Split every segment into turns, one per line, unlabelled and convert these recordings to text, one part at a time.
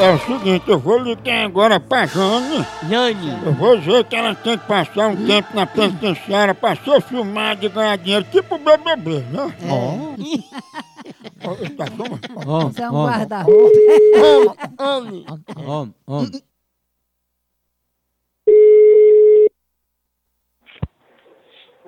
é o seguinte, eu vou ligar agora pra Jane.
Yane.
Eu vou dizer que ela tem que passar um tempo na penitenciária pra ser filmada e ganhar dinheiro, tipo o BBB, né? Ó. Ó, tá bom?
Om,
Você é um
om,
guarda-roupa.
om, om.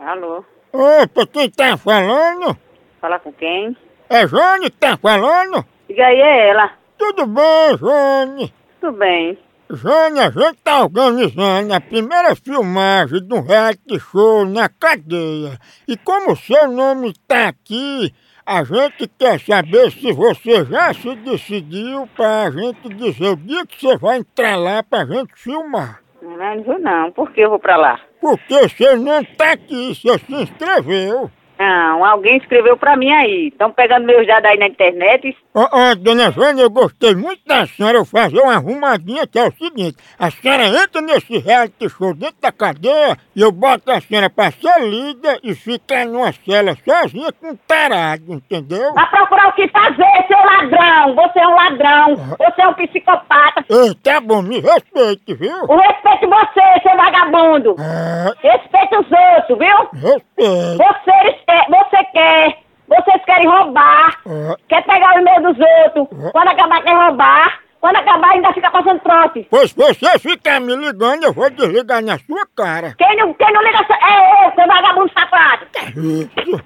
Alô,
Opa, quem tá falando?
falar com quem?
É Jane que tá falando?
Diga aí, é ela.
Tudo bem, Jane?
Tudo bem.
Jane, a gente tá organizando a primeira filmagem de um reality show na cadeia. E como o seu nome tá aqui, a gente quer saber se você já se decidiu pra gente dizer o dia que você vai entrar lá pra gente filmar.
Não, não vou não. Por que eu vou pra lá?
Porque você não tá aqui, você se inscreveu.
Não, alguém escreveu pra mim aí. Estão pegando meus dados aí na internet.
Ó, ó, dona Jane, eu gostei muito da senhora. Eu fazer uma arrumadinha que é o seguinte: a senhora entra nesse reality show dentro da cadeia e eu boto a senhora pra ser líder e ficar numa cela sozinha com um tarado, entendeu?
Vai procurar o que fazer, seu ladrão. Você é um ladrão. Você é um psicopata.
Ei, tá bom, me respeite, viu?
Eu respeito você, seu vagabundo.
Ah,
Respeita os outros, viu?
respeite.
Vocês quer, você quer. Vocês querem roubar.
Ah,
Quer pegar o meu dos outros. Quando acabar, quer roubar. Quando acabar, ainda fica passando trote.
pois se você ficar me ligando, eu vou desligar na sua cara.
Quem não, quem não liga é eu, seu vagabundo safado.
Isso.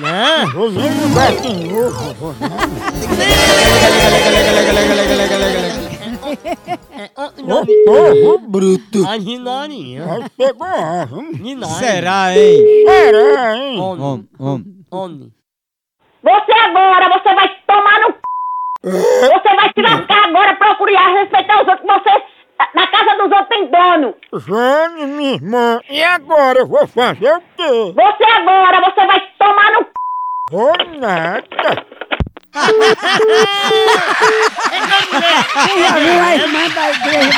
Não, vou me mudar de novo. vou não. Ô, povo bruto.
A Ninarinha.
Aí pegou a hein?
Ninari.
Será, hein?
Será, hein?
Om,
Om, om.
om.
Você agora, você vai tomar no c... Você vai se lascar agora, procurar respeitar os outros. Você, na casa dos outros tem dono.
Jane, minha irmã, e agora eu vou fazer o quê?
Você agora, você vai tomar no c...
Vou nada.
Já viu a irmã da igreja